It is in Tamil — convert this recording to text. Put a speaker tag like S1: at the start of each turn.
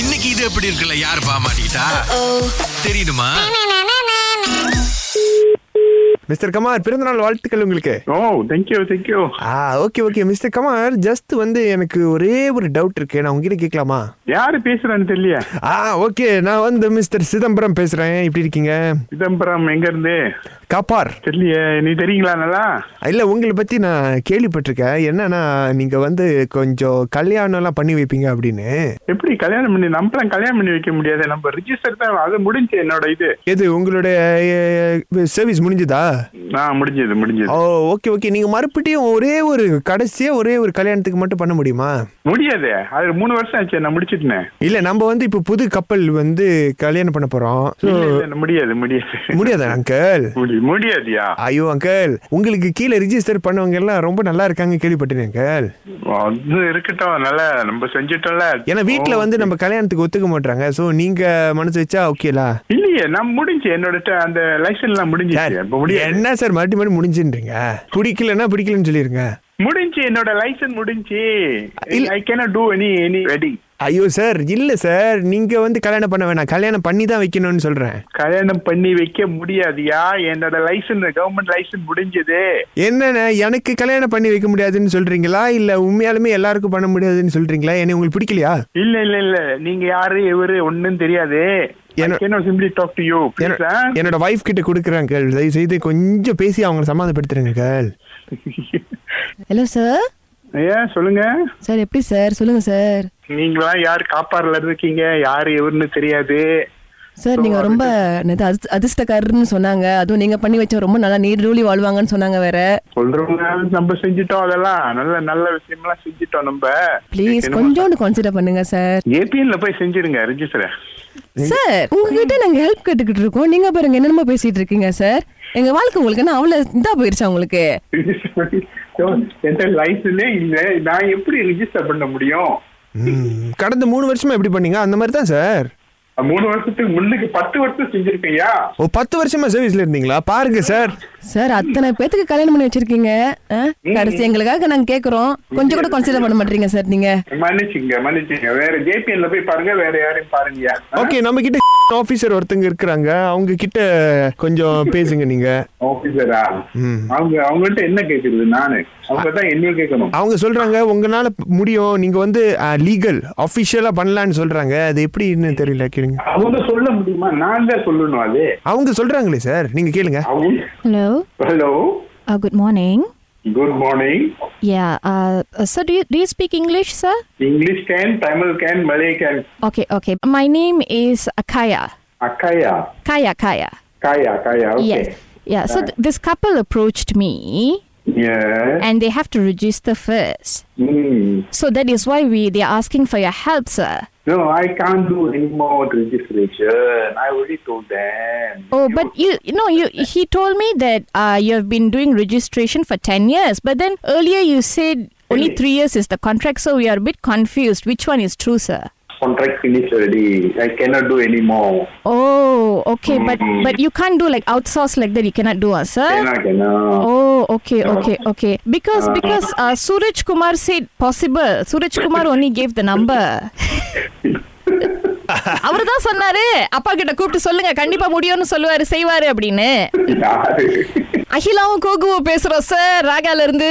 S1: இன்னைக்கு இது எப்படி இருக்குல்ல யார் பாமாட்டா தெரியுமா
S2: மிஸ்டர் கமார் பிறந்தநாள் வாழ்த்துக்கள் உங்களுக்கு
S3: ஓ தேங்க்யூ தேங்க்யூ
S2: ஆ okay okay mister Qamar just வந்து எனக்கு ஒரே ஒரு டவுட் இருக்கு நான் உங்ககிட்ட கேட்கலாமா
S3: யாரு பேசுறான்னு தெரியல
S2: ஆ ஓகே நான் வந்து மிஸ்டர் சிதம்பரம் பேசுறேன் எப்படி இருக்கீங்க
S3: சிதம்பரம் எங்க இருந்து
S2: கப்பார்
S3: தெரியலையே நீ தெரியுங்களா நல்லா
S2: இல்லை உங்களை பற்றி நான் கேள்விப்பட்டிருக்கேன் என்னன்னா நீங்கள் வந்து கொஞ்சம் கல்யாணம்லாம் பண்ணி வைப்பீங்க அப்படின்னு
S3: எப்படி கல்யாணம் பண்ணி நம்மளாம் கல்யாணம் பண்ணி வைக்க முடியாது நம்ம ரிஜிஸ்டர் தான் அது முடிஞ்சு என்னோட இது
S2: எது உங்களுடைய சர்வீஸ் முடிஞ்சுதா
S3: நான் முடிஞ்சது
S2: ஓ
S3: முடிஞ்சது
S2: ஓகே ஓகே நீங்கள் மறுபடியும் ஒரே ஒரு கடைசியாக ஒரே ஒரு கல்யாணத்துக்கு மட்டும் பண்ண முடியுமா
S3: முடியாது அது மூணு வருஷம் ஆச்சு நான் முடிச்சிட்டேன்
S2: இல்லை நம்ம வந்து இப்போ புது கப்பல் வந்து கல்யாணம் பண்ண போகிறோம் ஸோ
S3: இல்ல, இல்ல, முடியாது முடியாது
S2: முடியாதா அங்கிள்
S3: முடி- முடியாதுயா
S2: ஐயோ அங்கிள் உங்களுக்கு கீழே ரிஜிஸ்டர் பண்ணவங்க எல்லாம் ரொம்ப நல்லா இருக்காங்க கேள்விப்பட்டேன் அங்கிள்
S3: அது இருக்கட்டும் நல்லா நம்ம செஞ்சிட்டோம்ல
S2: ஏன்னா வீட்டில் வந்து நம்ம கல்யாணத்துக்கு ஒத்துக்க மாட்டாங்க ஸோ நீங்கள் மனசு வச்சா ஓகேலா
S3: இல்லையே நான் முடிஞ்சு என்னோட ட- அந்த லைசன்ஸ் எல்லாம்
S2: சார்,
S3: முடிஞ்சிச்சு இப்ப முடியாது
S2: என்ன சார் மறுபடியும் மறுபடியும் முடிஞ்சுன்றீங்க பிடிக்கலன்னா பிடிக்கலன்னு சொல்லிருங்க
S3: முடிஞ்சு என்னோட லைசன்ஸ் முடிஞ்சு
S2: இல்ல-
S3: I cannot do any any wedding
S2: ஐயோ சார் இல்ல சார் நீங்க வந்து கல்யாணம் பண்ண வேணாம் கல்யாணம் பண்ணி தான் வைக்கணும்னு சொல்றேன்
S3: கல்யாணம் பண்ணி வைக்க முடியாதுயா என்னோட லைசன்ஸ் கவர்மெண்ட் லைசன்ஸ் முடிஞ்சது
S2: என்னண்ணே எனக்கு கல்யாணம் பண்ணி வைக்க முடியாதுன்னு சொல்றீங்களா இல்ல உண்மையாலுமே எல்லாருக்கும் பண்ண முடியாதுன்னு சொல்றீங்களா என்ன உங்களுக்கு பிடிக்கலையா
S3: இல்ல இல்ல இல்ல நீங்க யாரு இவரு ஒண்ணும் தெரியாது
S2: என்ன-
S3: சிம்பிளி டாக் டு யூ
S2: என்ன- என்னோட வைஃப் கிட்ட கொடுக்குறேன் கேள் தயவு செய்து கொஞ்சம் பேசி அவங்களை சமாதானப்படுத்துறேங்க கேள்
S4: ஹலோ சார்
S3: ஏன் சொல்லுங்க
S4: சார் எப்படி சார் சொல்லுங்க சார்
S3: நீங்களா யார் காப்பாறுல இருக்கீங்க யாரு எவருன்னு தெரியாது
S4: சார் நீங்க ரொம்ப என்னது அதிர்ஷ்ட- அதிர்ஷ்டக்காரர்னு சொன்னாங்க அதுவும் நீங்க பண்ணி வச்சா ரொம்ப நல்லா நீர்டூழி வாழ்வாங்கன்னு சொன்னாங்க வேற
S3: சொல்றவங்க நம்ம செஞ்சுட்டோம் அதெல்லாம் நல்ல நல்ல விஷயம்லாம் செஞ்சுட்டோம் நம்ம
S4: ப்ளீஸ் கொஞ்சோண்டு கன்சிடர் பண்ணுங்க சார்
S3: ஏபிஎன்ல போய் செஞ்சிடுங்க ரெஜிஸ்டர்
S4: சார் உங்ககிட்ட நாங்க ஹெல்ப் கேட்டுக்கிட்டு இருக்கோம் நீங்க பாருங்க என்னென்னமோ பேசிட்டு இருக்கீங்க சார் எங்க வாழ்க்கை உங்களுக்கு என்ன அவ்வளவு இதா போயிருச்சா உங்களுக்கு
S3: என்கிட்ட லைசன்ஸே இல்ல நான் எப்படி ரிஜிஸ்டர் பண்ண முடியும்
S2: ம், கடந்த மூணு வருஷமா எப்படி பண்ணீங்க அந்த மாதிரி தான் சார்
S3: மூணு வருஷத்துக்கு முன்னுக்கு பத்து வருஷம் செஞ்சிருக்கையா
S2: ஓ பத்து வருஷமா சர்வீஸ்ல இருந்தீங்களா பாருங்க சார்
S4: சார் அத்தனை பேத்துக்கு கல்யாணம் பண்ணி வச்சிருக்கீங்க ஆ? கடைசி எங்களுக்காக நாங்க கேக்குறோம் கொஞ்சம் கூட கன்சிடர் பண்ண மாட்டீங்க சார் நீங்க
S3: மன்னிச்சுங்க மன்னிச்சுங்க வேற ஜேபிஎன்ல போய் பாருங்க வேற யாரையும் பாருங்கயா
S2: ஓகே நம்ம கிட்ட ஆபீசர் ஒருத்தங்க இருக்கிறாங்க அவங்க கிட்ட கொஞ்சம் பேசுங்க நீங்க
S3: ஆபீசரா
S2: ம்.
S3: அவங்க அவங்கள்ட்ட என்ன கேக்குறது நானு அவங்க தான் என்னைய கேட்கணும்
S2: அவங்க சொல்றாங்க உங்களால முடியும் நீங்க வந்து லீகல் அஃபிஷியலா பண்ணலான்னு சொல்றாங்க அது எப்படின்னு தெரியல கேளுங்க
S3: அவங்க சொல்ல முடியுமா நான் தான் சொல்லணும் அது
S2: அவங்க சொல்றாங்களே சார் நீங்க கேளுங்க
S3: அவங்க
S5: Hello.
S3: Hello
S5: Uh, good morning.
S3: Good morning
S5: Yeah. Uh, uh, sir, do you do you speak English, sir?
S3: English can Tamil can மலை can
S5: Okay. Okay. My name is Kaya.
S3: அக்காயா
S5: Kaya. Kaya.
S3: காயா காயா okay
S5: Yes. Yeah. So th- this couple approached me, and they have to register first.
S3: Mm.
S5: So that is why we they are asking for your help, sir.
S3: No, I can't do any more registration. I already told them.
S5: Oh, but you, you know, you he told me that uh, you have been doing registration for ten years, but then earlier you said only
S3: Really?
S5: three years is the contract, so we are a bit confused. Which one is true, sir?
S3: contract finished already. I cannot do any more.
S5: Oh, okay, but
S3: Mm.
S5: but you can't do like outsource like that. You cannot do, uh, sir.
S3: Cannot, cannot.
S5: Oh, okay,
S3: No.
S5: okay, okay. Because
S3: Uh.
S5: because uh, Suraj Kumar said possible. Suraj Kumar only gave the number. அவர் தான் சொன்னாரு அப்பா கிட்ட கூப்பிட்டு சொல்லுங்க கண்டிப்பா முடியும்னு சொல்லுவாரு செய்வாரு அப்படின்னு
S3: யாரு?
S5: அகிலாவும் கோகுவும் பேசுறோம் சார் ராகால இருந்து